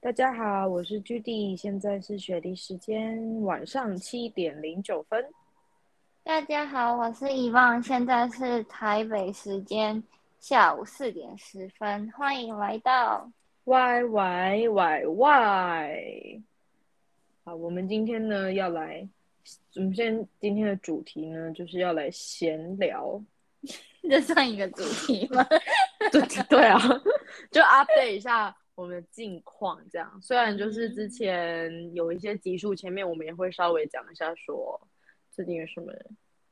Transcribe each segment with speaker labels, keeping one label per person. Speaker 1: 大家好，我是 Judy，现在是雪梨时间晚上七点零九分。
Speaker 2: 大家好，我是遗忘，现在是台北时间下午四点十分，欢迎来到。
Speaker 1: 喂喂喂喂！好，我们今天呢要来，我们现今天的主题呢就是要来闲聊。
Speaker 2: 这算一个主题吗？
Speaker 1: 对对啊， 就 update 一下我们的近况，这样。虽然就是之前有一些集数，前面我们也会稍微讲一下说最近有什么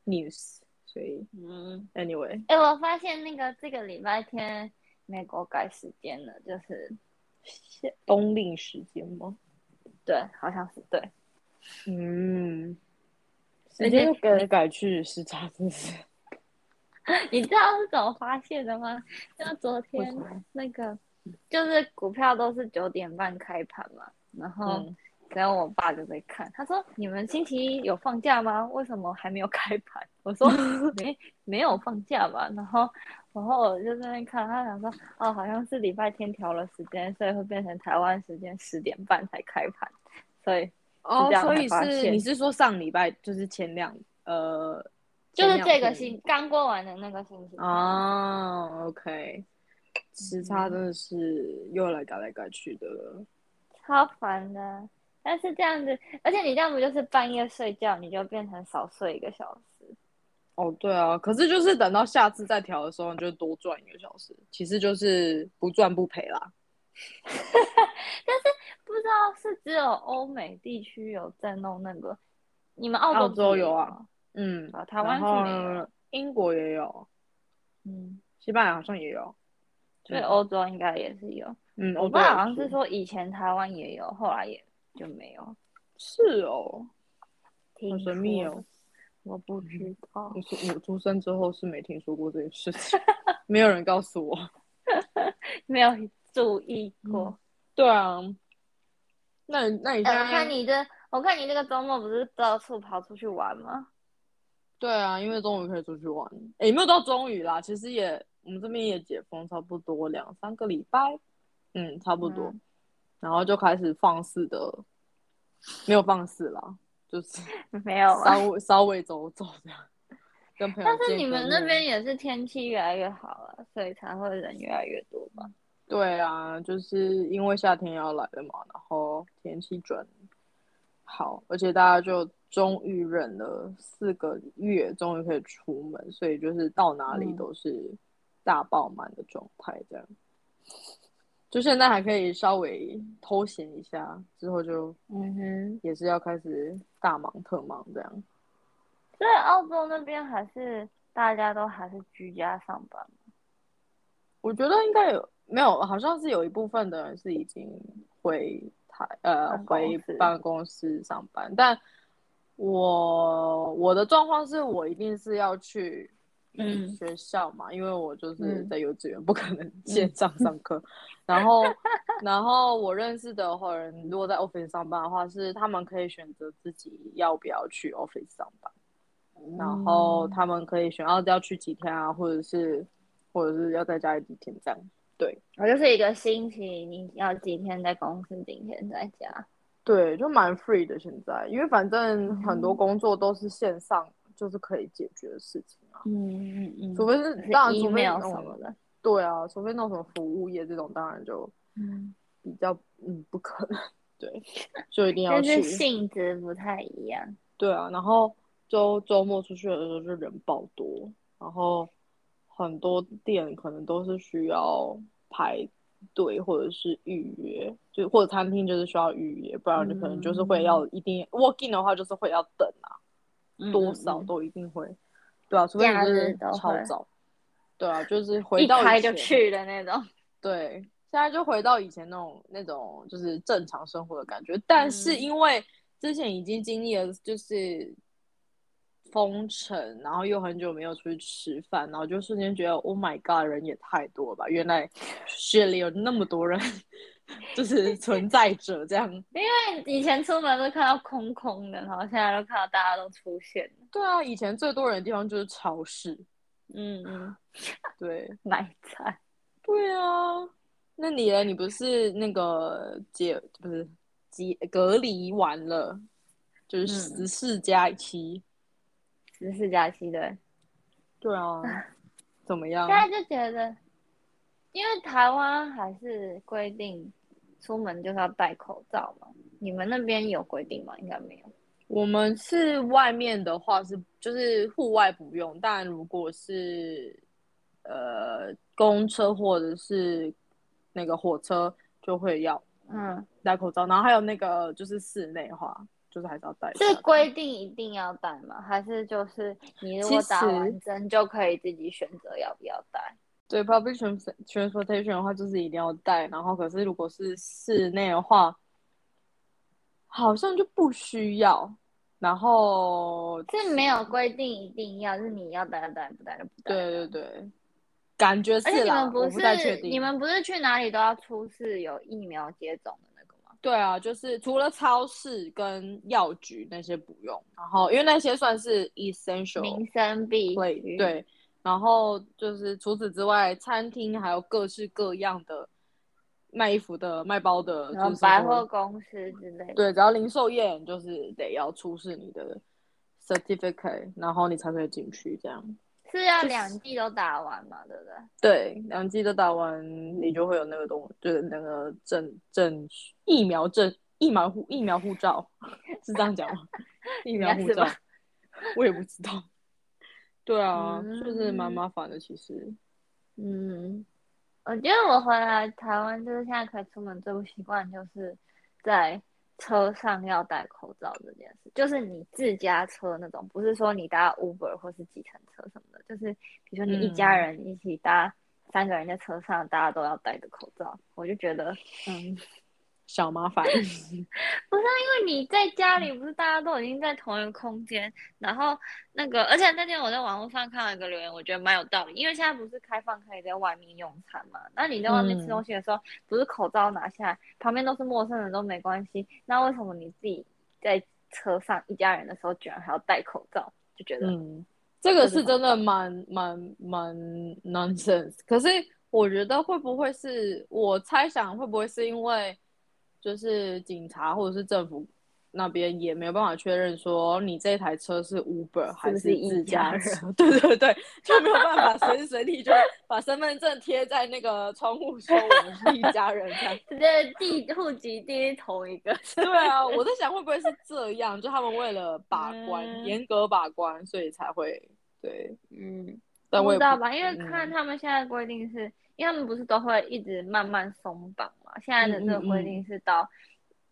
Speaker 1: news，所以
Speaker 2: 嗯，
Speaker 1: anyway，
Speaker 2: 哎、我发现那个这个礼拜天美国改时间了，就是
Speaker 1: 冬令时间吗？
Speaker 2: 对，好像是对。
Speaker 1: 嗯，哎
Speaker 2: 而
Speaker 1: 时
Speaker 2: 且
Speaker 1: 间就改来改去时差真是。
Speaker 2: 你知道是怎么发现的吗？就昨
Speaker 1: 为什
Speaker 2: 天
Speaker 1: 么
Speaker 2: 那个，就是股票都是九点半开盘嘛，然后。
Speaker 1: 嗯，
Speaker 2: 然后我爸就在看，他说：“你们星期一有放假吗？为什么还没有开盘？”我 说：“没，没有放假吧？”然后，然后我就在那边看，他想说：“哦，好像是礼拜天调了时间，所以会变成台湾时间十点半才开盘。”所以
Speaker 1: 哦
Speaker 2: 是这，样
Speaker 1: 所以
Speaker 2: 才发
Speaker 1: 是
Speaker 2: 现
Speaker 1: 你是说上礼拜就是前两呃，
Speaker 2: 就是
Speaker 1: 前两
Speaker 2: 这个
Speaker 1: 天
Speaker 2: 星刚过完的那个星期
Speaker 1: 哦，OK，时差真的是又来改来改去的了。
Speaker 2: 超烦的。但是这样子，而且你这样不就是半夜睡觉，你就变成少睡一个小时。
Speaker 1: 哦，对啊，可是就是等到下次再调的时候，你就多赚一个小时，其实就是不赚不赔啦。
Speaker 2: 不知道是只有欧美地区有在弄那个，你们澳
Speaker 1: 澳
Speaker 2: 洲
Speaker 1: 洲
Speaker 2: 自己
Speaker 1: 有啊
Speaker 2: 吗，
Speaker 1: 嗯，
Speaker 2: 啊台
Speaker 1: 然
Speaker 2: 湾是
Speaker 1: 后
Speaker 2: 没有
Speaker 1: 呢英国也有，
Speaker 2: 嗯，
Speaker 1: 西班牙好像也有，
Speaker 2: 所以
Speaker 1: 嗯
Speaker 2: 欧洲应该也是有。
Speaker 1: 嗯，
Speaker 2: 我
Speaker 1: 欧洲
Speaker 2: 爸
Speaker 1: 也
Speaker 2: 好像
Speaker 1: 是
Speaker 2: 是说以前台湾也有，后来也就没有。
Speaker 1: 是哦，
Speaker 2: 听
Speaker 1: 神秘
Speaker 2: 说
Speaker 1: 哦，嗯
Speaker 2: 我不知道
Speaker 1: 我。是我出生之后是没听说过这件事情， 没有人告诉我。
Speaker 2: 没有注意过。
Speaker 1: 对啊，那你那你现
Speaker 2: 哎，我
Speaker 1: 在、
Speaker 2: 看你这，我看你这个周末不是到处跑出去 玩吗？
Speaker 1: 对啊，因为终于可以出去玩，诶也没有到终于啦，其实也我们这边也解封差不多两三个礼拜，嗯，差不多，
Speaker 2: 嗯
Speaker 1: 然后就开始放肆的，没有放肆啦，就是
Speaker 2: 没有啊。
Speaker 1: 稍微稍微走走这样，跟朋友
Speaker 2: 但是
Speaker 1: 见
Speaker 2: 你
Speaker 1: 个
Speaker 2: 们那
Speaker 1: 面
Speaker 2: 边也是天气越来越好了，所以才会人越来越多吧？
Speaker 1: 对啊，就是因为夏天要来了嘛，然后天气转好，而且大家就终于忍了四个月，终于可以出门，所以就是到哪里
Speaker 2: 嗯
Speaker 1: 都是大爆满的状态，这样。就现在还可以稍微偷闲一下，之后就
Speaker 2: 嗯哼。
Speaker 1: 也是要开始大忙特忙这样。
Speaker 2: 所以澳洲那边还是大家都还是居家上班，
Speaker 1: 我觉得应该有没有，好像是有一部分的人是已经回台呃
Speaker 2: 办公
Speaker 1: 回
Speaker 2: 室
Speaker 1: 办公室上班，但我我的状况是我一定是要去
Speaker 2: 嗯
Speaker 1: 学校嘛，因为我就是
Speaker 2: 嗯
Speaker 1: 在幼稚园，不可能线上上课。然后然后我认识的华人，如果在 office 上班的话，是他们可以选择自己要不要去 office 上班。
Speaker 2: 哦
Speaker 1: 然后他们可以选哦要要去几天啊，或者是或者是要在家里几天这样。
Speaker 2: 我就是一个星期，你要几天在公司，几天在家。
Speaker 1: 对，就蛮 free 的现在，因为反正
Speaker 2: 嗯
Speaker 1: 很多工作都是线上，就是可以解决的事情啊。
Speaker 2: 嗯嗯嗯
Speaker 1: 除非是当然，
Speaker 2: 是
Speaker 1: 除非
Speaker 2: email
Speaker 1: 那种
Speaker 2: 什么的。
Speaker 1: 对啊，除非那种什么服务业这种，当然就
Speaker 2: 嗯，
Speaker 1: 比较嗯不可能，对，就一定要
Speaker 2: 但
Speaker 1: 去。
Speaker 2: 是性质不太一样。
Speaker 1: 对啊，然后周周末出去的时候就人爆多，然后很多店可能都是需要排队或者是预约，就或者餐厅就是需要预约，不然你可能就是
Speaker 2: 嗯
Speaker 1: 会要一定 walk in 的话就是会要等啊，多少
Speaker 2: 嗯
Speaker 1: 都一定会，对啊，除非你
Speaker 2: 假
Speaker 1: 就
Speaker 2: 日
Speaker 1: 是
Speaker 2: 都
Speaker 1: 超
Speaker 2: 会
Speaker 1: 早，对啊，就是回
Speaker 2: 一
Speaker 1: 到以
Speaker 2: 开就
Speaker 1: 前，
Speaker 2: 去的那种。
Speaker 1: 对，现在就回到以前那种那种就是正常生活的感觉，但是
Speaker 2: 嗯
Speaker 1: 因为之前已经经历了就是封城，然后又很久没有出去吃饭，然后就瞬间觉得 Oh my God，人也太多了吧！原来雪里有那么多人， 就是存在着这样。
Speaker 2: 以前出门都看到空空的，然后现在都看到大家都出现了。
Speaker 1: 对啊，以前最多人的地方就是超市。
Speaker 2: 嗯嗯，
Speaker 1: 对，
Speaker 2: 买菜。
Speaker 1: 对啊，那你呢？你不是那个解不是解隔离完了，就是
Speaker 2: 嗯
Speaker 1: 十四加七。
Speaker 2: 十四加七对。
Speaker 1: 对啊， 怎么样
Speaker 2: 现？在就觉得，因为台湾还是规定出门就是要戴口罩嘛，你们那边有规定吗？应该没有。
Speaker 1: 我们是外面的话是就是户外不用，但如果是呃公车或者是那个火车就会要
Speaker 2: 嗯，
Speaker 1: 戴口罩，然后还有那个就是室内的话，就是还是要戴一下。
Speaker 2: 是规定一定要戴吗？还是就是你如果
Speaker 1: 其实
Speaker 2: 打完针就可以自己选择要不要戴？
Speaker 1: 对 public trans- transportation 的话，就是一定要戴，然后可是如果是室内的话，好像就不需要。然后
Speaker 2: 是没有规定一定要，是你要戴就戴，不戴就不戴。
Speaker 1: 对对。对，感觉
Speaker 2: 而且
Speaker 1: 是
Speaker 2: 你
Speaker 1: 啦，
Speaker 2: 们
Speaker 1: 我
Speaker 2: 是
Speaker 1: 太确定。
Speaker 2: 你们不是去哪里都要出示有疫苗接种的那个吗？
Speaker 1: 对啊，就是除了超市跟药局那些不用，然后因为那些算是 essential
Speaker 2: 民生必
Speaker 1: play
Speaker 2: 须。
Speaker 1: 对，然后就是除此之外，餐厅还有各式各样的卖衣服的、卖包的，
Speaker 2: 然
Speaker 1: 就
Speaker 2: 后
Speaker 1: 是
Speaker 2: 百
Speaker 1: 说
Speaker 2: 货公司之类的。
Speaker 1: 对，只要零售业你就是得要出示你的 certificate，然后你才可以进去。这样
Speaker 2: 是要
Speaker 1: 就是
Speaker 2: 两季都打完嘛，对不对？
Speaker 1: 对，两剂都打完，你就会有那个东，就是那个证证疫苗证疫苗护疫苗护照，是这样讲吗？疫苗护
Speaker 2: 应该是
Speaker 1: 照
Speaker 2: 吧，
Speaker 1: 我也不知道。对啊，就是蛮
Speaker 2: 嗯
Speaker 1: 麻烦的，其实。
Speaker 2: 嗯，我觉得我回来台湾就是现在可以出门最不习惯就是在车上要戴口罩这件事，就是你自家车那种，不是说你搭 Uber 或是计程车什么的，就是比如说你一家
Speaker 1: 嗯
Speaker 2: 人一起搭，三个人在车上，大家都要戴着口罩，我就觉得，嗯，
Speaker 1: 小麻烦，
Speaker 2: 因为你在家里不是大家都已经在同一个空间，然后那个，而且那天我在网络上看到一个留言，我觉得蛮有道理，因为现在不是开放可以在外面用餐嘛，那你在外面吃
Speaker 1: 嗯
Speaker 2: 东西的时候，不是口罩拿下来，旁边都是陌生人都没关系，那为什么你自己在车上一家人的时候，居然还要戴口罩？就觉得，
Speaker 1: 嗯，这个
Speaker 2: 这
Speaker 1: 是
Speaker 2: 个
Speaker 1: 真的蛮蛮蛮 nonsense。可是我觉得会不会是我猜想会不会是因为就是警察或者是政府那边也没有办法确认说你这台车是 Uber 还
Speaker 2: 是
Speaker 1: 自
Speaker 2: 一家
Speaker 1: 家
Speaker 2: 人
Speaker 1: 车？ 对对对，就没有办法随时随地就把身份证贴在那个窗户说我们是一家人这样。
Speaker 2: 直接地户籍地是同一个，
Speaker 1: 对啊，我在想会不会是这样，就他们为了把关，
Speaker 2: 嗯
Speaker 1: 严格把关，所以才会对。
Speaker 2: 嗯。
Speaker 1: 但
Speaker 2: 不
Speaker 1: 我也
Speaker 2: 知道吧，因为
Speaker 1: 嗯
Speaker 2: 看他们现在规定是，因为他们不是都会一直慢慢松绑嘛，现
Speaker 1: 嗯
Speaker 2: 在的这个规定是到，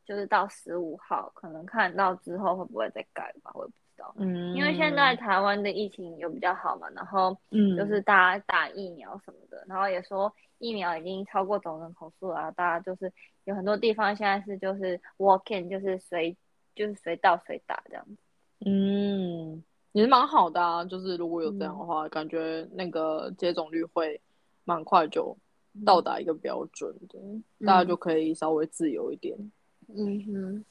Speaker 2: 就是到十五号，可能看到之后会不会再改吧，我也不知道。
Speaker 1: 嗯，
Speaker 2: 因为现在台湾的疫情有比较好嘛，然后
Speaker 1: 嗯
Speaker 2: 就是大家打疫苗什么的，然后也说疫苗已经超过总人口数了啊，大家就是有很多地方现在是就是 walk in，就是随就是随到随打这样子。
Speaker 1: 嗯也是蛮好的啊，就是如果有这样的
Speaker 2: 嗯
Speaker 1: 话，感觉那个接种率会蛮快就到达一个标准的，大家就可以稍微自由一点。
Speaker 2: 嗯哼，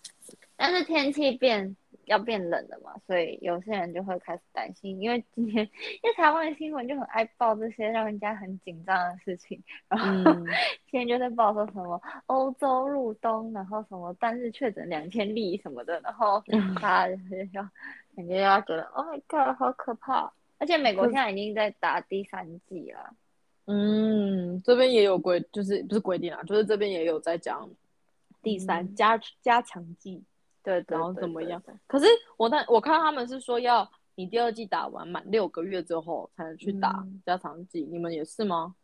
Speaker 2: 但是天气变要变冷了嘛，所以有些人就会开始担心，因为今天 因为台湾的新闻就很爱报这些让人家很紧张的事情，然后
Speaker 1: 嗯，
Speaker 2: 现在就在报说什么欧洲入冬，然后什么单日确诊两千例什么的，然后
Speaker 1: 嗯
Speaker 2: 大家就是要感觉要觉得 Oh my God，好可怕！而且美国
Speaker 1: 嗯
Speaker 2: 现在已经在打第三剂了，
Speaker 1: 嗯，这边也有规，就是不是规定啊，就是这边也有在讲第三
Speaker 2: 嗯
Speaker 1: 加加强剂，
Speaker 2: 对对
Speaker 1: 然后
Speaker 2: 对
Speaker 1: 怎么
Speaker 2: 对
Speaker 1: 样
Speaker 2: 对
Speaker 1: 可是我那我看他们是说要你第二季打完满六个月之后才能去打
Speaker 2: 嗯
Speaker 1: 加强剂，你们也是吗？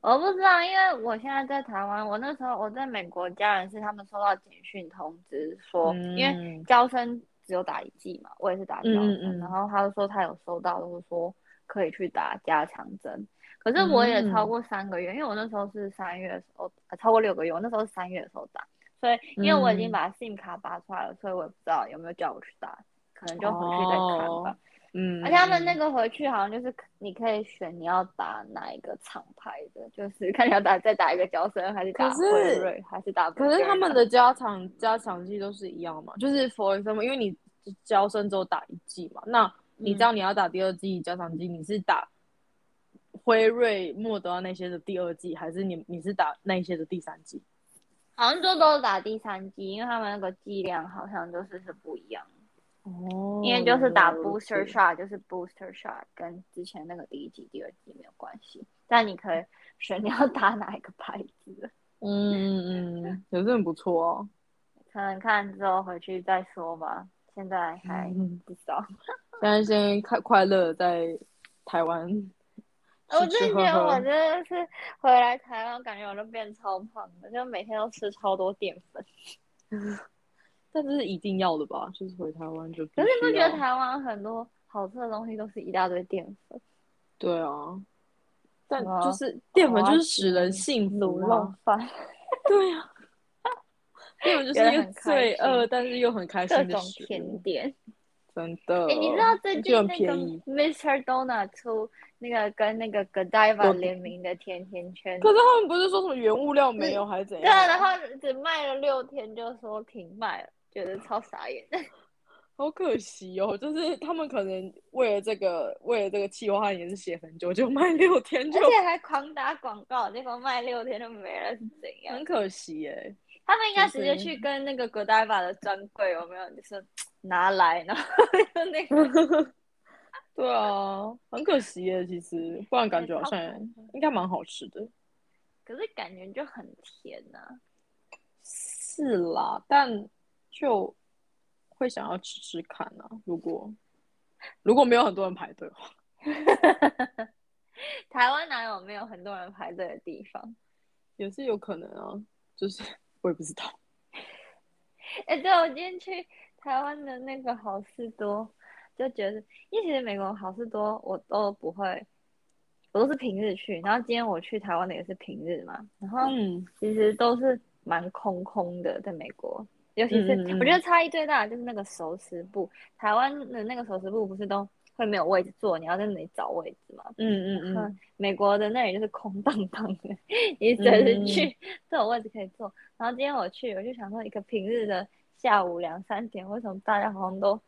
Speaker 2: 我不知道，因为我现在在台湾，我那时候我在美国，家人是他们收到简讯通知说，因为
Speaker 1: 嗯
Speaker 2: 招生只有打一剂嘛，我也是打招生，
Speaker 1: 嗯嗯嗯
Speaker 2: 然后他就说他有收到，就是说可以去打加强针，可是我也
Speaker 1: 嗯
Speaker 2: 超过三个月，因为我那时候是三月的时候，呃超过六个月，我那时候是三月的时候打，所以因为我已经
Speaker 1: 嗯
Speaker 2: 把 SIM 卡拔出来了，所以我也不知道有没有叫我去打，可能就回去再看吧。
Speaker 1: 哦嗯，
Speaker 2: 而且他们那个回去好像就是可你可以选你要打哪一个厂牌的，就是看你要打再打一个角色，还是打
Speaker 1: 可是
Speaker 2: 辉瑞，还是打。
Speaker 1: 可是他们的加强加强剂都是一样嘛，就是 for example，因为你交生只有打一剂嘛，那你知道你要打第二剂加强剂，你是打辉瑞、莫德纳那些的第二季，还是你你是打那些的第三季？
Speaker 2: 好像就都是打第三剂，因为他们那个剂量好像就是是不一样，
Speaker 1: 哦
Speaker 2: 因为就是打 booster shot 就是 booster shot，跟之前那个第一剂、第二剂没有关系，但你可以选你要打哪一个牌子的，
Speaker 1: 嗯嗯嗯，也是很不错哦。
Speaker 2: 可能看之后回去再说吧。现在还
Speaker 1: 嗯
Speaker 2: 不知道，
Speaker 1: 现在先快快乐地在台湾
Speaker 2: 我
Speaker 1: 吃
Speaker 2: 最
Speaker 1: 吃
Speaker 2: 近
Speaker 1: 喝
Speaker 2: 我
Speaker 1: 喝
Speaker 2: 哦真，的是回来台湾，感觉我都变超胖了，就每天都吃超多淀粉。
Speaker 1: 但这是一定要的吧？就是回台湾就必
Speaker 2: 可是你不
Speaker 1: 须
Speaker 2: 觉得
Speaker 1: 要
Speaker 2: 台湾很多好吃的东西都是一大堆淀粉？
Speaker 1: 对啊，但
Speaker 2: 什么
Speaker 1: 就是淀粉
Speaker 2: 花
Speaker 1: 就是使人
Speaker 2: 枝
Speaker 1: 幸
Speaker 2: 啊嗯卤
Speaker 1: 福
Speaker 2: 肉
Speaker 1: 嘛，
Speaker 2: 饭，
Speaker 1: 对啊，淀 粉就是
Speaker 2: 觉得
Speaker 1: 一个
Speaker 2: 很开
Speaker 1: 罪恶，
Speaker 2: 心
Speaker 1: 但是又很开心
Speaker 2: 各
Speaker 1: 的
Speaker 2: 种
Speaker 1: 食
Speaker 2: 甜
Speaker 1: 物，
Speaker 2: 点。
Speaker 1: 真的。
Speaker 2: 哎、你知道
Speaker 1: 就
Speaker 2: 最近
Speaker 1: 很
Speaker 2: 那个
Speaker 1: 便宜，
Speaker 2: Mr. Donut 出那个跟那个 Godiva
Speaker 1: 有
Speaker 2: 联名的甜甜圈？
Speaker 1: 可是他们不是说什么原物料没
Speaker 2: 嗯
Speaker 1: 有还是怎
Speaker 2: 对啊，
Speaker 1: 样？
Speaker 2: 然后只卖了六天就说停卖了，觉得超 傻眼。
Speaker 1: 好可惜哦，就是他们可能为了这个，为了这个计划，他也是写很久，就卖六天就
Speaker 2: 而，且还狂打广告，结果卖六天就没了，是怎样
Speaker 1: 很？可惜耶。
Speaker 2: 他们应该直接
Speaker 1: 就是
Speaker 2: 去跟那个 Godiva 的专柜有没有，就是拿来，然后就那个
Speaker 1: 对啊，很可惜耶，其实不然感觉好像
Speaker 2: 也超嗯可惜
Speaker 1: 应该蛮好吃的。
Speaker 2: 可是感觉就很甜啊呐、
Speaker 1: 是啦，但就会想要吃吃看啊。如果如果没有很多人排队的话，
Speaker 2: 台湾哪有没有很多人排队的地方？
Speaker 1: 也是有可能啊。就是 我也不知道，
Speaker 2: 哎、对，我今天去台湾的那个好事多，就觉得，因为其实美国好事多我都不会，我都是平日去，然后今天我去台湾的也是平日嘛，然后
Speaker 1: 嗯，
Speaker 2: 其实都是蛮空空的，在美国，尤其是
Speaker 1: 嗯嗯嗯
Speaker 2: 我觉得差异最大的就是那个熟食部，台湾的那个熟食部不是都会没有位置坐，你要在那里找位置嘛。
Speaker 1: 嗯嗯嗯
Speaker 2: 嗯，美国的那里就是空荡荡的，你只是
Speaker 1: 嗯
Speaker 2: 去都有位置可以坐。然后今天我去，我就想说，一个平日的下午两三点，为什么大家好像都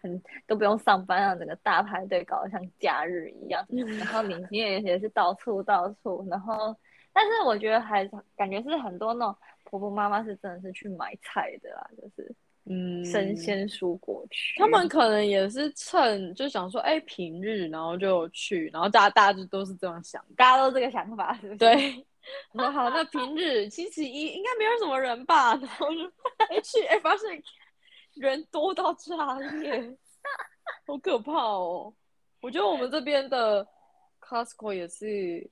Speaker 2: 很都不用上班，让整个大排队搞得像假日一样？
Speaker 1: 嗯
Speaker 2: 然后明星也也是到处到处，然后但是我觉得还感觉是很多那种婆婆妈妈是真的是去买菜的啦，就是
Speaker 1: 嗯，
Speaker 2: 生鲜蔬果区，
Speaker 1: 他们可能也是趁就想说，哎、平日然后就去，然后大家大家就都是这样想，
Speaker 2: 大家都这个想法，是不是？
Speaker 1: 对。 我说好，那平日星期一应该没有什么人吧？然后就哎、去，哎、发现人多到炸裂，好可怕哦！我觉得我们这边的 Costco 也是，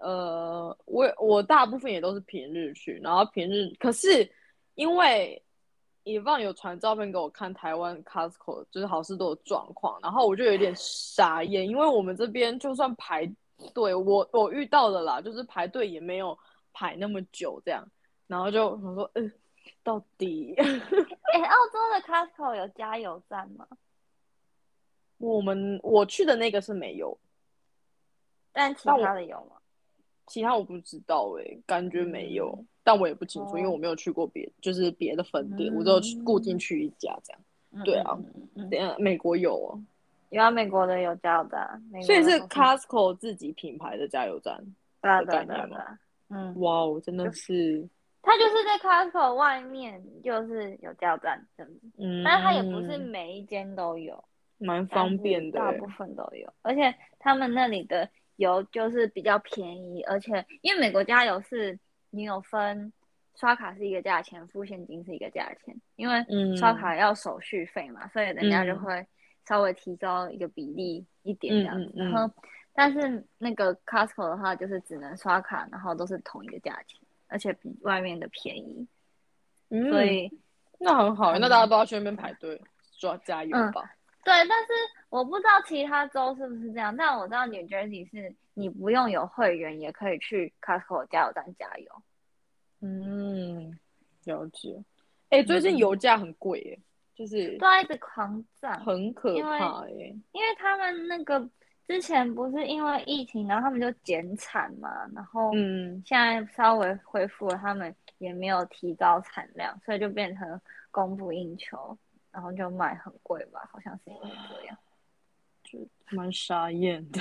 Speaker 1: 呃，我我大部分也都是平日去，然后平日可是因为以放有传照片给我看台湾 Costco 就是好事多的状况，然后我就有点傻眼，因为我们这边就算排队，我我遇到的啦，就是排队也没有排那么久这样，然后就想说，嗯、到底
Speaker 2: 哎、澳洲的 Costco 有加油站吗？
Speaker 1: 我们我去的那个是没有，
Speaker 2: 但其
Speaker 1: 那我
Speaker 2: 他的有吗？
Speaker 1: 其他我不知道哎、感觉没有，
Speaker 2: 嗯
Speaker 1: 但我也不清楚，
Speaker 2: 哦
Speaker 1: 因为我没有去过别就是别的分店，我只有去固定
Speaker 2: 嗯
Speaker 1: 去一家这样。对啊
Speaker 2: 嗯，嗯嗯嗯嗯
Speaker 1: 等一下美国有哦，
Speaker 2: 有啊，美国的有加油站啊，美国
Speaker 1: 所以
Speaker 2: 的
Speaker 1: 是
Speaker 2: 好像
Speaker 1: Costco 自己品牌的加油站。
Speaker 2: 对啊
Speaker 1: 的
Speaker 2: 对啊
Speaker 1: 概
Speaker 2: 对啊
Speaker 1: 念
Speaker 2: 对
Speaker 1: 吗
Speaker 2: 啊，嗯，
Speaker 1: 哇哦，真的是，
Speaker 2: 它就是在 Costco 外面就是有加油站这样子，
Speaker 1: 嗯，
Speaker 2: 但是它也不是每一间都有，
Speaker 1: 蛮
Speaker 2: 但
Speaker 1: 方
Speaker 2: 是
Speaker 1: 便的
Speaker 2: 大
Speaker 1: 欸
Speaker 2: 部，分都有，而且他们那里的油就是比较便宜，而且因为美国加油是你有分刷卡是一个价钱，付现金是一个价钱，因为
Speaker 1: 嗯
Speaker 2: 刷卡要手续费嘛，所以人家就
Speaker 1: 嗯
Speaker 2: 会稍微提高一个比例一
Speaker 1: 嗯
Speaker 2: 点这样子，
Speaker 1: 嗯嗯
Speaker 2: 然后但是那个 Costco 的话就是只能刷卡，然后都是同一个价钱，而且比外面的便宜，
Speaker 1: 嗯，
Speaker 2: 所以。
Speaker 1: 那很好欸，那大家
Speaker 2: 嗯
Speaker 1: 都要去那边排队，抓加油
Speaker 2: 嗯
Speaker 1: 吧。
Speaker 2: 对，但是我不知道其他州是不是这样，但我知道 New Jersey 是你不用有会员也可以去 Costco 加油站加油。
Speaker 1: 嗯，了解。哎、最近
Speaker 2: 嗯
Speaker 1: 油价很贵耶，就是
Speaker 2: 对啊，一直狂涨，
Speaker 1: 很可
Speaker 2: 因为
Speaker 1: 怕欸耶。
Speaker 2: 因为他们那个之前不是因为疫情，然后他们就减产嘛，然后
Speaker 1: 嗯，
Speaker 2: 现在稍微恢复了，他们也没有提高产量，所以就变成供不应求，然后就卖很贵吧，好像是因为这样。
Speaker 1: 蛮傻眼的。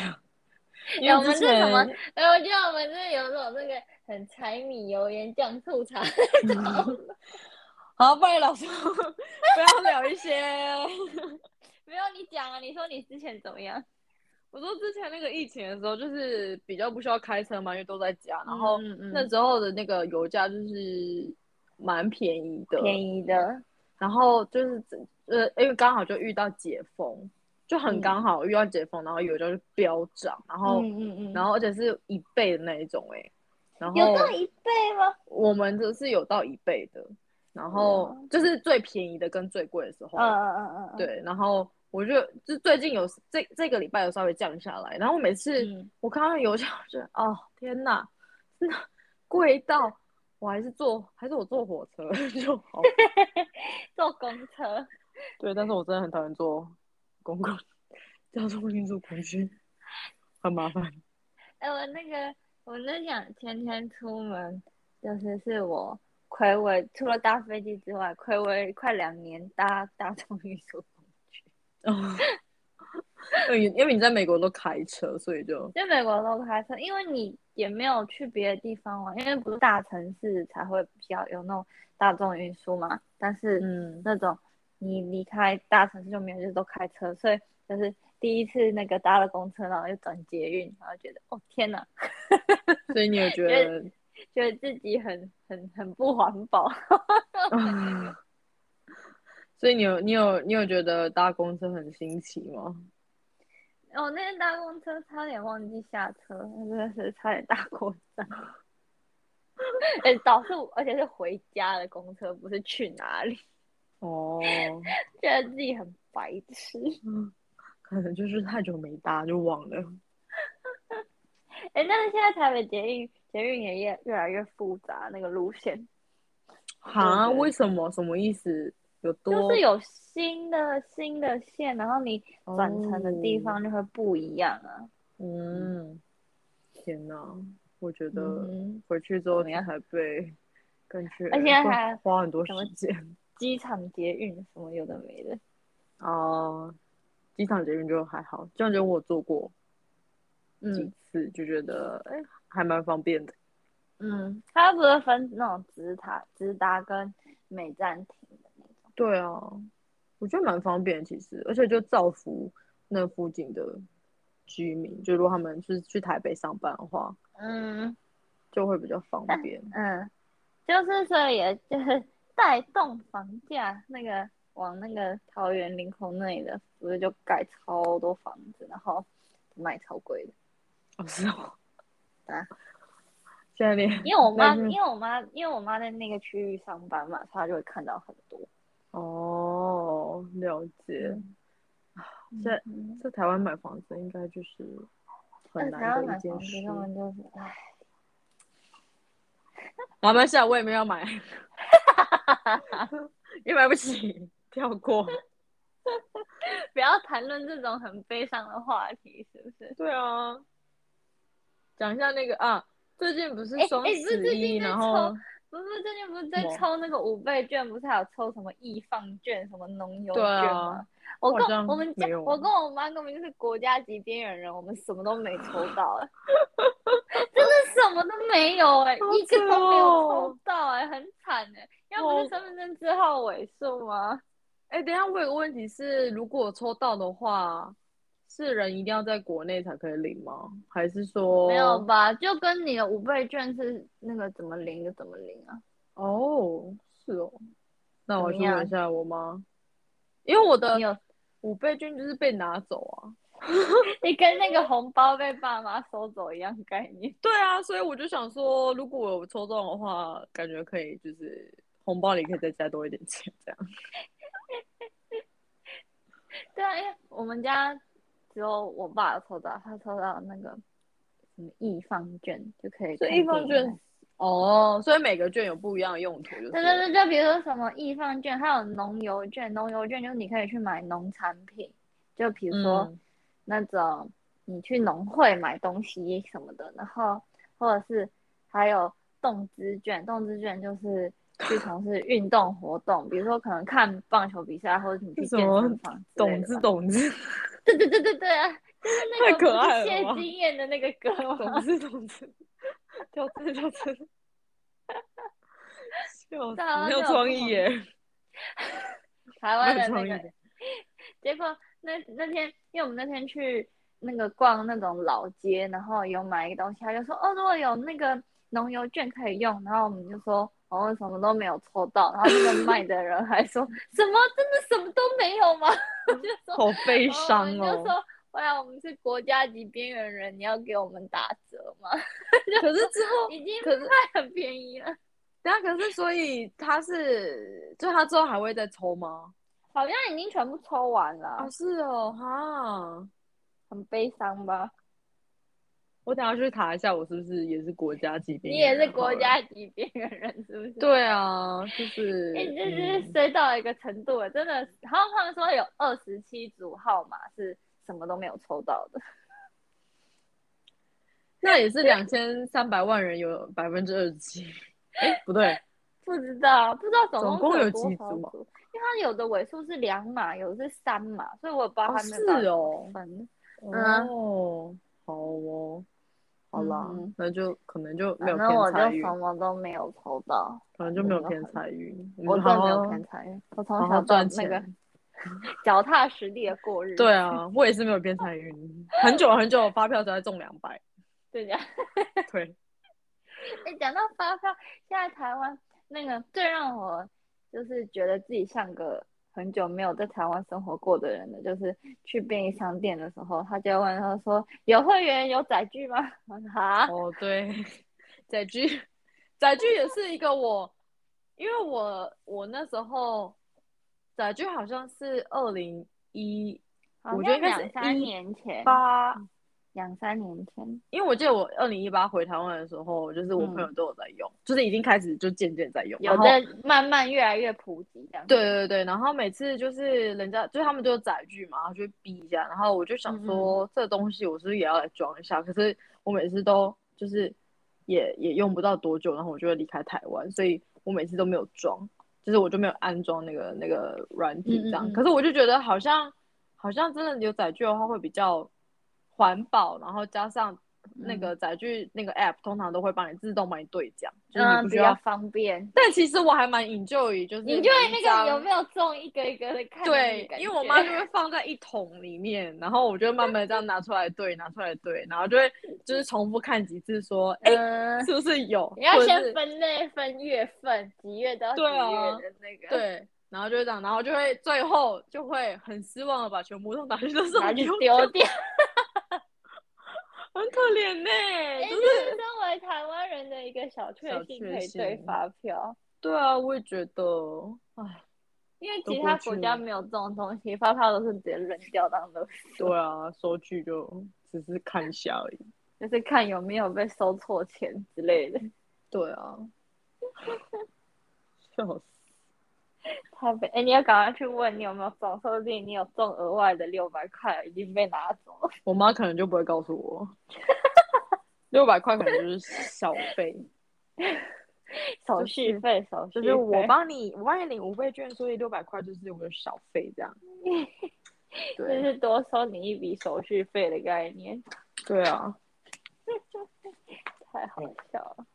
Speaker 1: 因为
Speaker 2: 我们
Speaker 1: 之
Speaker 2: 这什么
Speaker 1: 前？
Speaker 2: 哎，我觉得我们这有种那个很柴米油盐酱醋茶。
Speaker 1: 好，不然老师 不要聊一些。
Speaker 2: 没有你讲啊，你说你之前怎么样？
Speaker 1: 我说之前那个疫情的时候，就是比较不需要开车嘛，因为都在家，然
Speaker 2: 然
Speaker 1: 后
Speaker 2: 后
Speaker 1: 那
Speaker 2: 那
Speaker 1: 时候的那个油价就是蛮便宜的，
Speaker 2: 便宜的，
Speaker 1: 然后就是呃，因为刚好就遇到解封，就很
Speaker 2: 嗯
Speaker 1: 刚好遇到解封，然后油价就飙涨，然后、
Speaker 2: 嗯
Speaker 1: 然后而且是一倍的那一种哎、然后
Speaker 2: 有到一倍吗？
Speaker 1: 我们这是有到一倍的，然后就是最便宜的跟最贵的时候，
Speaker 2: 嗯嗯嗯嗯嗯，
Speaker 1: 对，然后我就就最近有这这个礼拜有稍微降下来，然后我每次、
Speaker 2: 嗯
Speaker 1: 我看到油价，我觉得哦天哪，真的贵到我还是坐还是我坐火车 就 好。
Speaker 2: 坐公车。
Speaker 1: 对，但是我真的很讨厌坐公共交通运输工具，很麻 烦。
Speaker 2: 哎，我那个，我那两天天出门，就是是我暌违除了搭飞机之外，暌违快两年搭大众运输工具，哦
Speaker 1: 因为因为你在美国都开车，所以就
Speaker 2: 在美国都开车，因为你也没有去别的地方玩，因为不是大城市才会比较有那种大众运输嘛。但是
Speaker 1: 嗯
Speaker 2: 那种你离开大城市就没有，就是都开车，所以就是第一次那个搭了公车，然后又转捷运，然后觉得哦天哪，
Speaker 1: 所以你有觉
Speaker 2: 因为
Speaker 1: 得
Speaker 2: 觉得自己很很很不环保。
Speaker 1: 啊，所以你有你有你有觉得搭公车很新奇吗？
Speaker 2: 我哦那天搭公车差点忘记下车，真的是差点搭过站。 哎、导致我而且是回家的公车，不是去哪里，
Speaker 1: 哦，
Speaker 2: 觉得自己很白痴。
Speaker 1: 可能就是太久没搭就忘了。
Speaker 2: 哎、但是现在台北捷运捷运也越越来越复杂，那个路线
Speaker 1: 哈？
Speaker 2: 对
Speaker 1: 为什么？什么意思？有多？
Speaker 2: 就是有新的新的线，然后你转乘的地方就会不一样啊。
Speaker 1: 嗯，天哪！我觉得
Speaker 2: 嗯，
Speaker 1: 回去之后
Speaker 2: 怎么
Speaker 1: 去
Speaker 2: 样
Speaker 1: 台北，感觉
Speaker 2: 而且还
Speaker 1: 会花很多时间
Speaker 2: 机场捷运什么有的没的，
Speaker 1: 哦。机场捷运就还好，机场捷运我坐过几
Speaker 2: 嗯
Speaker 1: 次，就觉得哎、还蛮方便的。
Speaker 2: 嗯，它不是分那种直达直达跟美站停的那种。
Speaker 1: 对啊，我觉得蛮方便，其实，而且就造福那附近的居民，就如果他们是去台北上班的话，
Speaker 2: 嗯
Speaker 1: 就会比较方便。
Speaker 2: 嗯，就是所以也就是带动房价那个往那个桃园林口那里的，不是就盖超多房子，然后卖超贵的。
Speaker 1: 哦，是哦，
Speaker 2: 啊，
Speaker 1: 现在连
Speaker 2: 因为我妈，
Speaker 1: 那是
Speaker 2: 因为我妈，因为我妈在那个区域上班嘛，所以她就会看到很多。
Speaker 1: 哦，了解。现在
Speaker 2: 嗯，
Speaker 1: 在台湾买房子应该就是很
Speaker 2: 但嗯台
Speaker 1: 难
Speaker 2: 湾
Speaker 1: 的
Speaker 2: 买
Speaker 1: 一件
Speaker 2: 房子
Speaker 1: 事。
Speaker 2: 根本就是，哎唉，
Speaker 1: 啊，没关系啊，我也没有要 买， 也买不起，跳过。
Speaker 2: 不要谈论这种很悲伤的话题，是不是？
Speaker 1: 对啊，讲一下那个啊，最近不是
Speaker 2: 哎
Speaker 1: 双
Speaker 2: 哎不是
Speaker 1: 十
Speaker 2: 最
Speaker 1: 一，
Speaker 2: 近在
Speaker 1: 然
Speaker 2: 抽
Speaker 1: 后
Speaker 2: 不是最近不是在
Speaker 1: 什么
Speaker 2: 抽那个五倍券，不是还有抽什么易放券、什么农油
Speaker 1: 对
Speaker 2: 券
Speaker 1: 啊
Speaker 2: 吗？我
Speaker 1: 好像
Speaker 2: 跟我们家
Speaker 1: 没有，啊
Speaker 2: 我跟我妈根本就是国家级边缘人，我们什么都没 抽到、哎真的什么都没有哎、
Speaker 1: 好
Speaker 2: 一个都没
Speaker 1: 扯
Speaker 2: 有
Speaker 1: 哦
Speaker 2: 抽到哎、很惨哎、要不
Speaker 1: 我
Speaker 2: 是身份证字号尾数吗？
Speaker 1: 哎、等一下，我有个问题是，如果抽到的话，是人一定要在国内才可以领吗？还是说
Speaker 2: 没有？吧？就跟你的五倍券是那个怎么领就怎么领啊？
Speaker 1: 哦，是哦，那我
Speaker 2: 怎
Speaker 1: 去
Speaker 2: 么
Speaker 1: 问
Speaker 2: 样
Speaker 1: 一下我妈，因为我的
Speaker 2: 你有
Speaker 1: 五倍券就是被拿走啊。
Speaker 2: 你跟那个红包被爸妈收走一样概念。
Speaker 1: 对啊，所以我就想说，如果我抽中的话，感觉可以就是红包里可以再加多一点钱这样。
Speaker 2: 对啊，因为我们家只有我爸有抽到，他抽到那个什么易放券就可以
Speaker 1: 所
Speaker 2: 看
Speaker 1: 以一
Speaker 2: 电影啊了。
Speaker 1: 方券哦，所以每个券有不一样的用途，就是
Speaker 2: 对对对，就比如说什么易放券，还有农油券。农油券就是你可以去买农产品，就比如说
Speaker 1: 嗯
Speaker 2: 那种你去农会买东西什么的，然后或者是还有动资券，动资券就是去从事运动活动，比如说可能看棒球比赛，或者你去
Speaker 1: 什
Speaker 2: 健
Speaker 1: 么
Speaker 2: 身房之类
Speaker 1: 懂
Speaker 2: 的
Speaker 1: 之
Speaker 2: 吧
Speaker 1: 懂之。
Speaker 2: 对对对对对啊，是那个
Speaker 1: 太可爱
Speaker 2: 不是
Speaker 1: 了
Speaker 2: 谢
Speaker 1: 吧
Speaker 2: 金燕的那个歌
Speaker 1: 总
Speaker 2: 吗？
Speaker 1: 之总之，就这就这，笑死
Speaker 2: 大家
Speaker 1: 没有
Speaker 2: 都有
Speaker 1: 创
Speaker 2: 不
Speaker 1: 意
Speaker 2: 同
Speaker 1: 耶，
Speaker 2: 台湾
Speaker 1: 没有
Speaker 2: 的那
Speaker 1: 创意
Speaker 2: 个
Speaker 1: 的，
Speaker 2: 结果那那天，因为我们那天去那个逛那种老街，然后有买一个东西，他就说哦，如果有那个农油券可以用，然后我们就说哦，什么都没有抽到，然后那个卖的人还说什么真的什么都没有吗？ 我就说
Speaker 1: 好悲
Speaker 2: 哦
Speaker 1: 伤
Speaker 2: 我就
Speaker 1: 哦。
Speaker 2: 说。哎呀，我们是国家级边缘人，你要给我们打折吗？
Speaker 1: 可是之后，
Speaker 2: 已经
Speaker 1: 可是
Speaker 2: 卖很便宜了，
Speaker 1: 等下可是，所以他是，就他之后还会再抽吗？
Speaker 2: 好像已经全部抽完了，
Speaker 1: 啊，是哦，哈。
Speaker 2: 很悲伤吧？
Speaker 1: 我等下去查一下，我是不是也是国家级别？
Speaker 2: 你也是国。家级边缘人，是不是？
Speaker 1: 对啊，就是。
Speaker 2: 哎、你这是
Speaker 1: 嗯
Speaker 2: 衰到一个程度了，真的。然后他们说有二十七组号码是什么都没有抽到的，
Speaker 1: 那也是两千三百万人，有百分之二十七。哎，不对，
Speaker 2: 不知道不知道总
Speaker 1: 总共
Speaker 2: 是
Speaker 1: 有
Speaker 2: 多
Speaker 1: 几
Speaker 2: 少
Speaker 1: 组啊嘛
Speaker 2: 因为它有的尾数是两码，有的是三码，所以我也不知道
Speaker 1: 哦
Speaker 2: 他们有没有
Speaker 1: 是哦
Speaker 2: 办法分。嗯
Speaker 1: 哦，好哦，好啦
Speaker 2: 嗯，
Speaker 1: 那就可能就没有
Speaker 2: 反正我
Speaker 1: 偏
Speaker 2: 就
Speaker 1: 才
Speaker 2: 什
Speaker 1: 运，
Speaker 2: 么都没有抽到，
Speaker 1: 可能就没有偏财运，
Speaker 2: 我
Speaker 1: 们
Speaker 2: 真
Speaker 1: 好
Speaker 2: 的没有
Speaker 1: 好
Speaker 2: 偏财运，我从
Speaker 1: 好
Speaker 2: 小
Speaker 1: 好
Speaker 2: 到
Speaker 1: 赚
Speaker 2: 那个
Speaker 1: 钱。
Speaker 2: 脚踏实地的过日子。
Speaker 1: 对，啊，我也是没有偏财运，很久很久发票才中两 百。
Speaker 2: 对呀。
Speaker 1: 对，
Speaker 2: 哎、讲到发票，现在台湾那个最让我就是觉得自己像个很久没有在台湾生活过的人的，就是去便利商店的时候，他就问他说：“有会员有载具吗？” 我说：“啊，
Speaker 1: 哦对，载具，载具也是一个我，因为我我那时候载具好像是二零一
Speaker 2: 好
Speaker 1: 我觉
Speaker 2: 像
Speaker 1: 得应该是
Speaker 2: 两三
Speaker 1: 一
Speaker 2: 年前，
Speaker 1: 八，
Speaker 2: 两三年前，
Speaker 1: 因为我记得我二零一八回台湾的时候，就是我朋友都有在用，就是已经开始就渐渐在用，
Speaker 2: 有
Speaker 1: 然后
Speaker 2: 的慢慢越来越普及这样。”
Speaker 1: 对，对对，然后每次就是人家就是他们就有载具嘛，然后就逼一下，然后我就
Speaker 2: 嗯
Speaker 1: 想说、这个东西我是不是也要来装一下？可是我每次都就是也也用不到多久，然后我就会离开台湾，所以我每次都没有装，就是我就没有安装那个那个软体这样。
Speaker 2: 嗯嗯嗯
Speaker 1: 可是我就觉得好像好像真的有载具的话会比较环保，然后加上那
Speaker 2: 嗯
Speaker 1: 个载具、那个 app 通常都会帮你自动帮你对讲，就是你
Speaker 2: 嗯，
Speaker 1: 不
Speaker 2: 比
Speaker 1: 需
Speaker 2: 较
Speaker 1: 要。
Speaker 2: 方便。
Speaker 1: 但其实我还蛮 enjoy，就是
Speaker 2: 你就会那
Speaker 1: 每一
Speaker 2: 个有
Speaker 1: 张
Speaker 2: 没有中一个一个的看的那
Speaker 1: 对
Speaker 2: 个感觉？，
Speaker 1: 因为我妈就会放在一桶里面，然后我就会慢慢这样拿出来对，拿出来对，然后 就会就是重复看几次，说，哎、
Speaker 2: 嗯，
Speaker 1: 是不是有？
Speaker 2: 你要
Speaker 1: 或者
Speaker 2: 先
Speaker 1: 是
Speaker 2: 分类分月份，几月到几月
Speaker 1: 对啊
Speaker 2: 的那个，，
Speaker 1: 对，然后就会这样，然后就会最后就会很失望的把全部都拿去都是
Speaker 2: 拿去
Speaker 1: 丢，
Speaker 2: 丢掉。
Speaker 1: 很可怜呢、
Speaker 2: 哎、
Speaker 1: 就
Speaker 2: 这
Speaker 1: 是
Speaker 2: 是身为台湾人的一个小确
Speaker 1: 小
Speaker 2: 幸，
Speaker 1: 确
Speaker 2: 可以对
Speaker 1: 幸
Speaker 2: 发票，
Speaker 1: 对啊，我也觉得，哎，
Speaker 2: 因为
Speaker 1: 都
Speaker 2: 其
Speaker 1: 过
Speaker 2: 他
Speaker 1: 去
Speaker 2: 国家
Speaker 1: 了
Speaker 2: 没有这种东西，发票都是直接扔掉当垃圾，
Speaker 1: 对啊，收据就只是看一下而已。
Speaker 2: 就是看有没有被收错钱之类的。
Speaker 1: 对啊， 笑死。
Speaker 2: 太被哎、你要赶快去问你有没有中，说不定你有中额外的六百块已经被拿走了。
Speaker 1: 我妈可能就不会告诉我， 六百块可能就是小费，
Speaker 2: 手
Speaker 1: 就
Speaker 2: 续
Speaker 1: 是
Speaker 2: 费，手续
Speaker 1: 就
Speaker 2: 费，
Speaker 1: 是我帮你，我帮你领五倍券，所以六百块就是我的小费这 样。
Speaker 2: 就
Speaker 1: 对
Speaker 2: 是多收你一笔手续费的概念，
Speaker 1: 对啊，
Speaker 2: 太好笑了。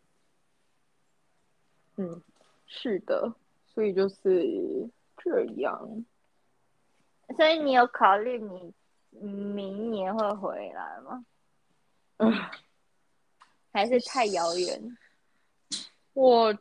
Speaker 1: 嗯，是的，所以就是这样。
Speaker 2: 所以你有考虑你明年会回来吗？
Speaker 1: 嗯
Speaker 2: 还是太遥远？
Speaker 1: 我是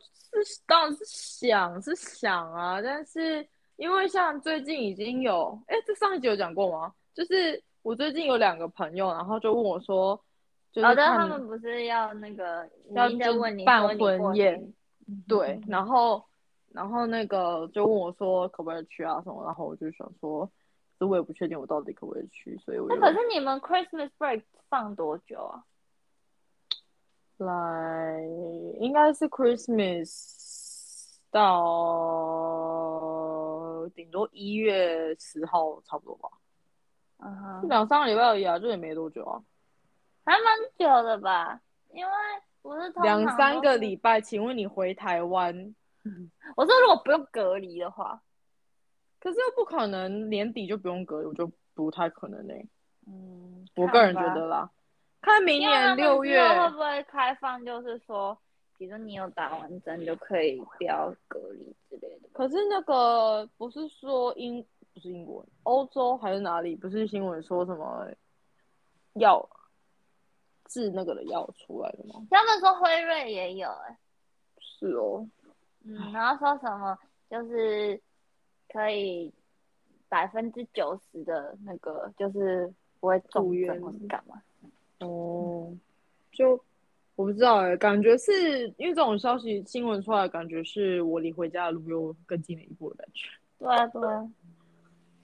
Speaker 1: 当然是想是想啊，但是因为像最近已经有，哎，这上一集有讲过吗？就是我最近有两个朋友，然后就问我说，就是
Speaker 2: 好的，
Speaker 1: 看
Speaker 2: 哦他们不是要那个，
Speaker 1: 要
Speaker 2: 已经在问你
Speaker 1: 办
Speaker 2: 说你过
Speaker 1: 婚宴
Speaker 2: 年，嗯
Speaker 1: 对，然后然后那个就问我说可不可以去啊什么，然后我就想说，这我也不确定我到底可不可以去，所以我
Speaker 2: 那
Speaker 1: 就
Speaker 2: 可是你们 Christmas break 放多久啊？
Speaker 1: 来应该是 Christmas 到顶多一月十号差不多吧，
Speaker 2: 嗯
Speaker 1: 就
Speaker 2: 哼，
Speaker 1: 两三个礼拜而已啊，这也没多久啊，
Speaker 2: 还蛮久的吧？因为我是通常
Speaker 1: 两三
Speaker 2: 都
Speaker 1: 个
Speaker 2: 是，
Speaker 1: 礼拜。请问你回台湾？
Speaker 2: 我说如果不用隔离的话，
Speaker 1: 可是又不可能年底就不用隔离，我就不太可能呢、欸
Speaker 2: 嗯，
Speaker 1: 我
Speaker 2: 看
Speaker 1: 个人觉
Speaker 2: 吧
Speaker 1: 得啦，看明
Speaker 2: 因为他
Speaker 1: 年
Speaker 2: 们
Speaker 1: 六
Speaker 2: 之
Speaker 1: 月
Speaker 2: 后会不会开放，就是说，比如说你有打完针就可以不要隔离之类的。
Speaker 1: 可是那个不是说英不是英国，欧洲还是哪里？不是新闻说什么药治那个的药出来了吗？
Speaker 2: 他们说辉瑞也有、欸，
Speaker 1: 是哦，
Speaker 2: 嗯，然后说什么就是可以百分之九十的那个，就是不会重
Speaker 1: 住院
Speaker 2: 症或是干嘛。
Speaker 1: 哦，就我不知道哎、感觉是因为这种消息新闻出来，感觉是我离回家的路又更近了一步的感觉。
Speaker 2: 对啊，对啊，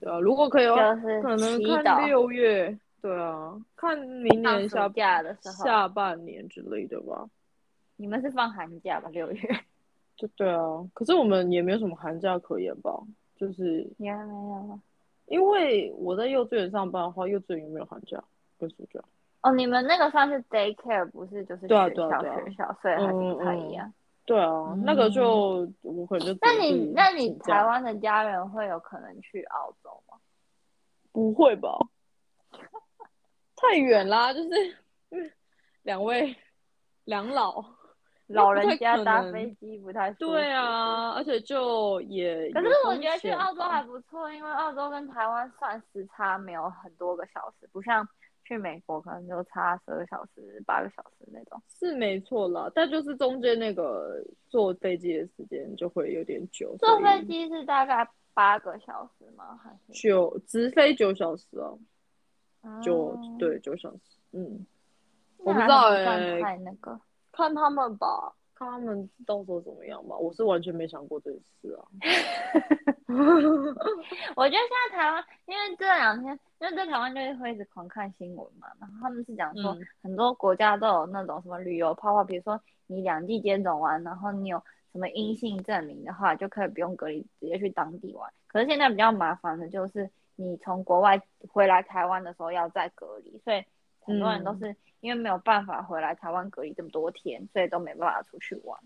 Speaker 1: 对啊，如果可以的话，
Speaker 2: 就是
Speaker 1: 可能
Speaker 2: 祈
Speaker 1: 看
Speaker 2: 祷
Speaker 1: 六月，对啊，看明年
Speaker 2: 放暑
Speaker 1: 下
Speaker 2: 假的时候，
Speaker 1: 下半年之类的吧。
Speaker 2: 你们是放寒假吧？六 月
Speaker 1: 对对啊，可是我们也没有什么寒假可言吧？就是
Speaker 2: 你还没有啊
Speaker 1: 因为我在幼稚园上班的话，幼稚园有没有寒假跟暑假？
Speaker 2: 哦，你们那个算是 daycare，不是就是学
Speaker 1: 对啊
Speaker 2: 校
Speaker 1: 对啊对啊
Speaker 2: 学校，所以还是不太一样。
Speaker 1: 对啊，那个就我可能就
Speaker 2: 那
Speaker 1: 只能
Speaker 2: 你
Speaker 1: 自己
Speaker 2: 那你
Speaker 1: 请嗯假
Speaker 2: 台湾的家人会有可能去澳洲吗？
Speaker 1: 不会吧？太远啦，就是 嗯两位两老，
Speaker 2: 老人家搭
Speaker 1: 那不太可能
Speaker 2: 飞机不太舒服
Speaker 1: 对，啊，而且就也
Speaker 2: 可是我觉得去澳洲还
Speaker 1: 还
Speaker 2: 不错，因为澳洲跟台湾算时差没有很多个小时，不像去美国可能就差十个小时、八个小时那种。
Speaker 1: 是没错啦，但就是中间那个坐飞机的时间就会有点久，
Speaker 2: 坐
Speaker 1: 所以
Speaker 2: 飞机是大概八个小时吗？还是
Speaker 1: 九直飞九小时哦，九、
Speaker 2: 嗯
Speaker 1: 对九小时，嗯，
Speaker 2: 那
Speaker 1: 我不
Speaker 2: 还
Speaker 1: 知道
Speaker 2: 算
Speaker 1: 欸
Speaker 2: 太那个，
Speaker 1: 看他们吧，看他们到时候怎么样吧。我是完全没想过这件事 啊。
Speaker 2: 我觉得现在台湾，因为这两天，因为在台湾就是会一直狂看新闻嘛，然后他们是讲说
Speaker 1: 嗯
Speaker 2: 很多国家都有那种什么旅游泡泡，比如说你两季接种完，然后你有什么阴性证明的话，就可以不用隔离，直接去当地玩。可是现在比较麻烦的就是你从国外回来台湾的时候要再隔离，所以很多人都
Speaker 1: 嗯
Speaker 2: 是因为没有办法回来台湾隔离这么多天，所以都没办法出去玩。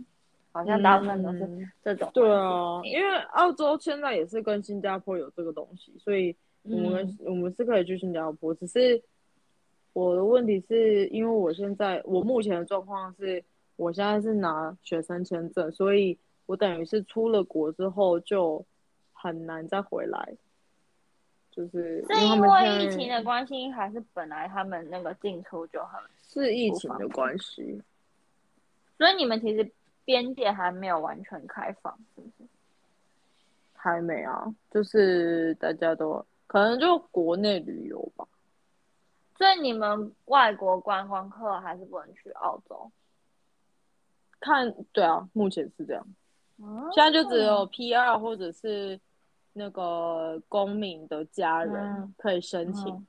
Speaker 2: 好像大部分都是
Speaker 1: 嗯
Speaker 2: 这种、
Speaker 1: 对啊，因为澳洲现在也是跟新加坡有这个东西，所以我们跟、
Speaker 2: 嗯
Speaker 1: 我们是可以去新加坡。只是我的问题是因为我现在我目前的状况是，我现在是拿学生签证，所以我等于是出了国之后就很难再回来，就是
Speaker 2: 是
Speaker 1: 啊他
Speaker 2: 因
Speaker 1: 们
Speaker 2: 为
Speaker 1: 现
Speaker 2: 疫
Speaker 1: 在
Speaker 2: 情的关系，还是本来他们那个进出就很？
Speaker 1: 是疫
Speaker 2: 不
Speaker 1: 情
Speaker 2: 方
Speaker 1: 的
Speaker 2: 便
Speaker 1: 关系。
Speaker 2: 所以你们其实边界还没有完全开放，是不是？
Speaker 1: 还没啊，就是大家都可能就国内旅游吧。
Speaker 2: 所以你们外国观光客还是不能去澳洲。
Speaker 1: 看，对啊，目前是这样。
Speaker 2: 嗯
Speaker 1: 现在就只有 P 二或者是那个公民的家人
Speaker 2: 嗯
Speaker 1: 可以申请，
Speaker 2: 嗯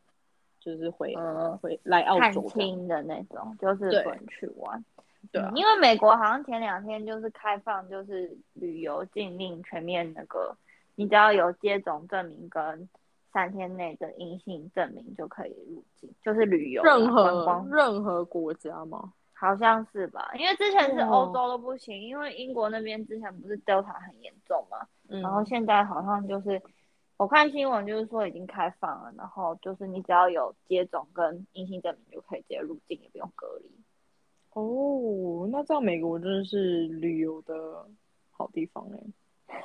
Speaker 1: 就是回、
Speaker 2: 嗯
Speaker 1: 回来澳
Speaker 2: 探
Speaker 1: 洲的。
Speaker 2: 亲的那种，就是
Speaker 1: 对
Speaker 2: 不能去玩。
Speaker 1: 对啊
Speaker 2: 嗯，因为美国好像前两天就是开放，就是旅游禁令全面那个，你只要有接种证明跟三天内的阴性证明就可以入境，就是旅游啦啊
Speaker 1: 任
Speaker 2: 观
Speaker 1: 何
Speaker 2: 光
Speaker 1: 任何国家吗？
Speaker 2: 好像是吧，因为之前是欧
Speaker 1: 哦
Speaker 2: 洲都不行，因为英国那边之前不是 Delta 很严重嘛，
Speaker 1: 嗯
Speaker 2: 然后现在好像就是我看新闻就是说已经开放了，然后就是你只要有接种跟阴性证明就可以直接入境，也不用隔离。
Speaker 1: 哦，那这样美国真的是旅游的好地方哎、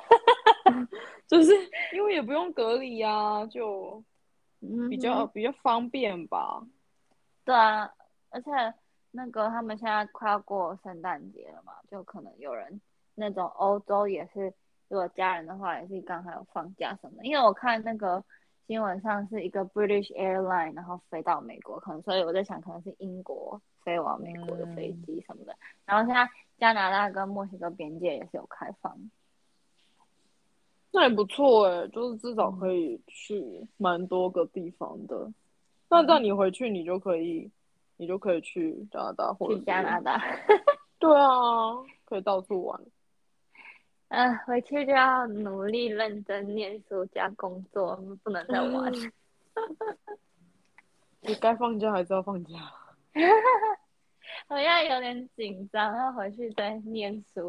Speaker 1: 就是因为也不用隔离啊，就
Speaker 2: 嗯，
Speaker 1: 比较、比较方便吧。
Speaker 2: 对啊，而且那个他们现在快要过圣诞节了嘛，就可能有人那种欧洲也是，如果家人的话也是刚好有放假什么的。因为我看那个新闻上是一个 British Airline，然后飞到美国，可能所以我在想可能是英国飞往美国的飞机什么的。然后现在加拿大跟墨西哥边界也是有开放，
Speaker 1: 那也不错哎、就是至
Speaker 2: 嗯
Speaker 1: 少可以去蛮多个地方的。
Speaker 2: 嗯
Speaker 1: 那这样你回去，你就可以，你就可以去加拿大或者
Speaker 2: 去
Speaker 1: 是
Speaker 2: 加拿。大，
Speaker 1: 对啊，可以到处玩。
Speaker 2: 嗯、回去就要努力认真念书加工作，不能再玩。
Speaker 1: 嗯你该放假还是要放假。
Speaker 2: 我现在有点紧张，要回去再念书，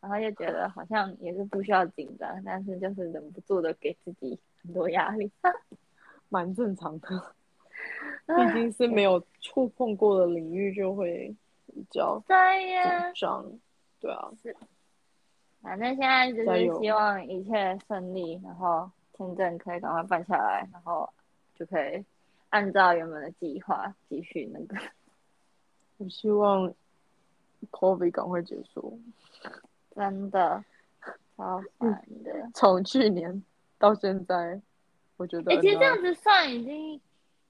Speaker 2: 然后又觉得好像也是不需要紧张，但是就是忍不住的给自己很多压力。
Speaker 1: 蛮正常的。毕竟是没有触碰过的领域，就会比较
Speaker 2: 对啊
Speaker 1: 紧
Speaker 2: 呀，
Speaker 1: 张。对啊，
Speaker 2: 反正现在就
Speaker 1: 加
Speaker 2: 是
Speaker 1: 油
Speaker 2: 希望一切顺利，然后签证可以赶快办下来，然后就可以按照原本的计划继续那 个。
Speaker 1: 我希望 COVID 赶快结束。
Speaker 2: 真的超烦的。
Speaker 1: 从去年到现在，我觉得
Speaker 2: 哎、其实
Speaker 1: 呢
Speaker 2: 这样子算已经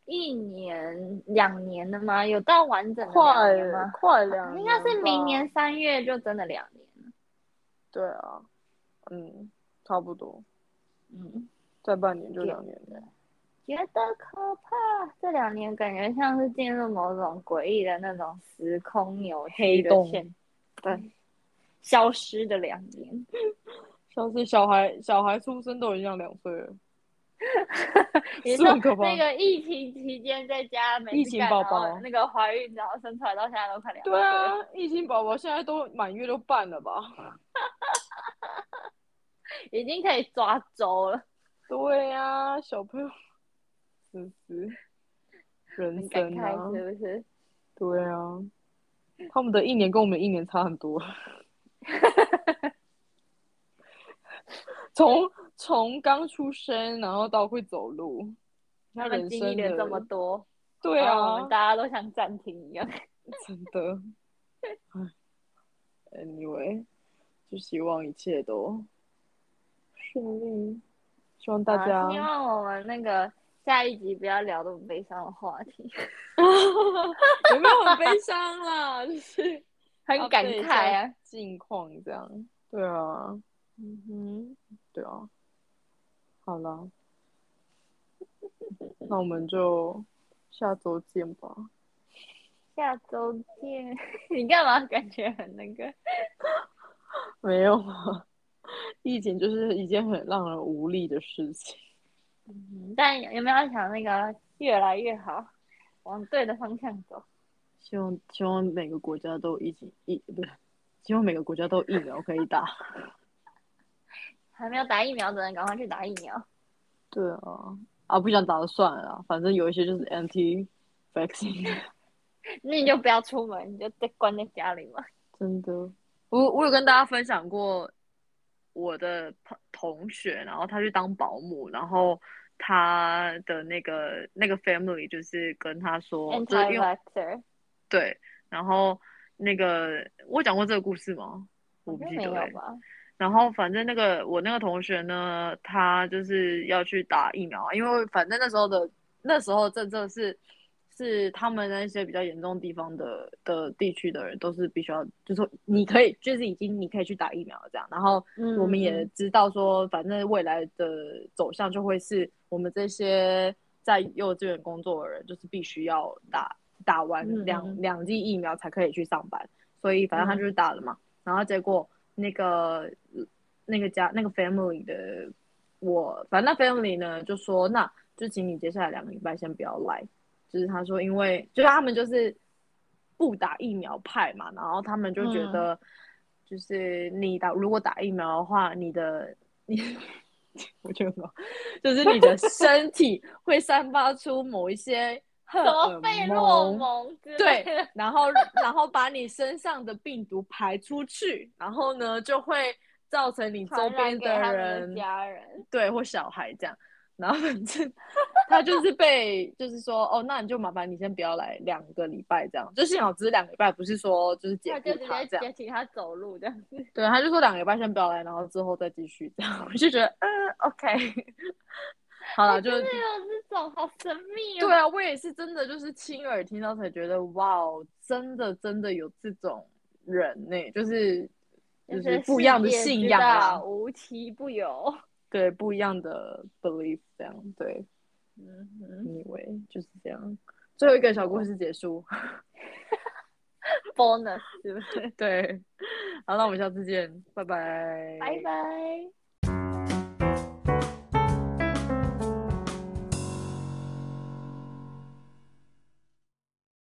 Speaker 2: 一年、两年了吗？有到完整的两
Speaker 1: 快
Speaker 2: 年吗？啊
Speaker 1: 快两
Speaker 2: 应
Speaker 1: 年，
Speaker 2: 该是明年。三月就真的两年了。
Speaker 1: 对啊，嗯，差不多，
Speaker 2: 嗯，
Speaker 1: 再半年就两年了。
Speaker 2: 觉得可怕。这两年感觉像是进入某种诡异的那种时空扭
Speaker 1: 黑
Speaker 2: 曲的
Speaker 1: 洞
Speaker 2: 线，对，消失的两年。
Speaker 1: 像是小孩小孩出生都已经像两岁 了，是
Speaker 2: 你说
Speaker 1: 很可怕
Speaker 2: 那。个疫情期间在家没
Speaker 1: 疫
Speaker 2: 事
Speaker 1: 情
Speaker 2: 干
Speaker 1: 宝
Speaker 2: 然后
Speaker 1: 宝
Speaker 2: 那个怀孕然后生出来到现在都快两岁
Speaker 1: 对
Speaker 2: 了。
Speaker 1: 啊，疫情宝宝现在都满月都办了吧？
Speaker 2: 已经可以抓周了，
Speaker 1: 对呀、啊，小朋友，真是人
Speaker 2: 很感
Speaker 1: 生啊
Speaker 2: 慨，，是不是？
Speaker 1: 对啊，他们的一年跟我们一年差很多。从从刚出生，然后到会走路，他
Speaker 2: 他
Speaker 1: 人
Speaker 2: 们经
Speaker 1: 生
Speaker 2: 历
Speaker 1: 的
Speaker 2: 了这么多，
Speaker 1: 对
Speaker 2: 然后我
Speaker 1: 啊
Speaker 2: 们，大家都像暂停一样。
Speaker 1: 真的。哎 anyway，就希望一切都顺利，希望大家
Speaker 2: 好希啊望我们那个下一集不要聊这么悲伤的话题，
Speaker 1: 有没有很悲伤啦？就是
Speaker 2: 很感
Speaker 1: update 一哦下
Speaker 2: 慨啊。
Speaker 1: 近况这样，对啊，
Speaker 2: 嗯哼，
Speaker 1: 对啊，好了，那我们就下周见吧。
Speaker 2: 下周见。 你干嘛感觉很那个？
Speaker 1: 没有啊，疫情就是一件很让人无力的事情。
Speaker 2: 嗯但有没有想那个越来越好，往对的方向走？
Speaker 1: 希望希望每个国家都有疫情疫不是，希望每个国家都有疫苗可以打。
Speaker 2: 还没有打疫苗的人，赶快去打疫苗。
Speaker 1: 对啊，啊不想打就算了啦，反正有一些就是 anti vaccine，
Speaker 2: 那你就不要出门，你就在关在家里嘛。
Speaker 1: 真的。我我有跟大家分享过我的朋同学，然后他去当保姆，然后他的那个那个 family 就是跟他说，就是哦因为
Speaker 2: Anti-vaxxer，
Speaker 1: 对，然后那个我讲过这个故事吗？我
Speaker 2: 好
Speaker 1: 不
Speaker 2: 像
Speaker 1: 记
Speaker 2: 没
Speaker 1: 得、
Speaker 2: 有
Speaker 1: 欸。
Speaker 2: 吧？
Speaker 1: 然后反正那个我那个同学呢，他就是要去打疫苗啊，因为反正那时候的那时候政策是是他们那些比较严重地方的的地区的人都是必须要，就是说你可以就是已经你可以去打疫苗了这样，然后
Speaker 2: 嗯
Speaker 1: 我们也知道说，反正未来的走向就会是我们这些在幼稚园工作的人，就是必须要打打完
Speaker 2: 嗯
Speaker 1: 两、
Speaker 2: 嗯
Speaker 1: 两剂疫苗才可以去上班，所以反正他就是打了嘛。然后结果那个那个家那个 family 的我，反正那 family 呢就说，那就请你接下来两个礼拜先不要来，就是他说，因为就是他们就是不打疫苗派嘛，然后他们就
Speaker 2: 嗯
Speaker 1: 觉得，就是你打如果打疫苗的话，你的你， 我觉得很好就是你的身体会散发出某一些荷
Speaker 2: 什
Speaker 1: 尔
Speaker 2: 么费洛
Speaker 1: 蒙，
Speaker 2: 蒙之类
Speaker 1: 对
Speaker 2: 的，
Speaker 1: 然后然后把你身上的病毒排出去，然后呢就会造成你周
Speaker 2: 传染
Speaker 1: 边
Speaker 2: 给他们
Speaker 1: 人
Speaker 2: 的家人。
Speaker 1: 对，或小孩这样。然后反正他就是被，就是说，哦，那你就麻烦你先不要来两个礼拜这样，就幸好只是两个礼拜，不是说就是解
Speaker 2: 那
Speaker 1: 雇
Speaker 2: 就直
Speaker 1: 他
Speaker 2: 接
Speaker 1: 这样。
Speaker 2: 接请他走路这样子，
Speaker 1: 对，他就说两个礼拜先不要来，然后之后再继续这样。我就觉得，嗯，OK，好了，就
Speaker 2: 哎真的有啊这种好神秘哦。
Speaker 1: 对啊，我也是真的就是亲耳听到才觉得，哇哦，真的真的有这种人呢、就是
Speaker 2: 就
Speaker 1: 就是
Speaker 2: 是
Speaker 1: 不一样的
Speaker 2: 世界
Speaker 1: 信
Speaker 2: 之
Speaker 1: 仰啊
Speaker 2: 大
Speaker 1: 啦，
Speaker 2: 无奇不有。
Speaker 1: 对，不一样的 belief 这样，对。
Speaker 2: 嗯哼
Speaker 1: 以为就是这样。最后一个小故事结束，
Speaker 2: ，bonus 是不是？
Speaker 1: 对，好，那我们下次见，拜拜，
Speaker 2: 拜拜。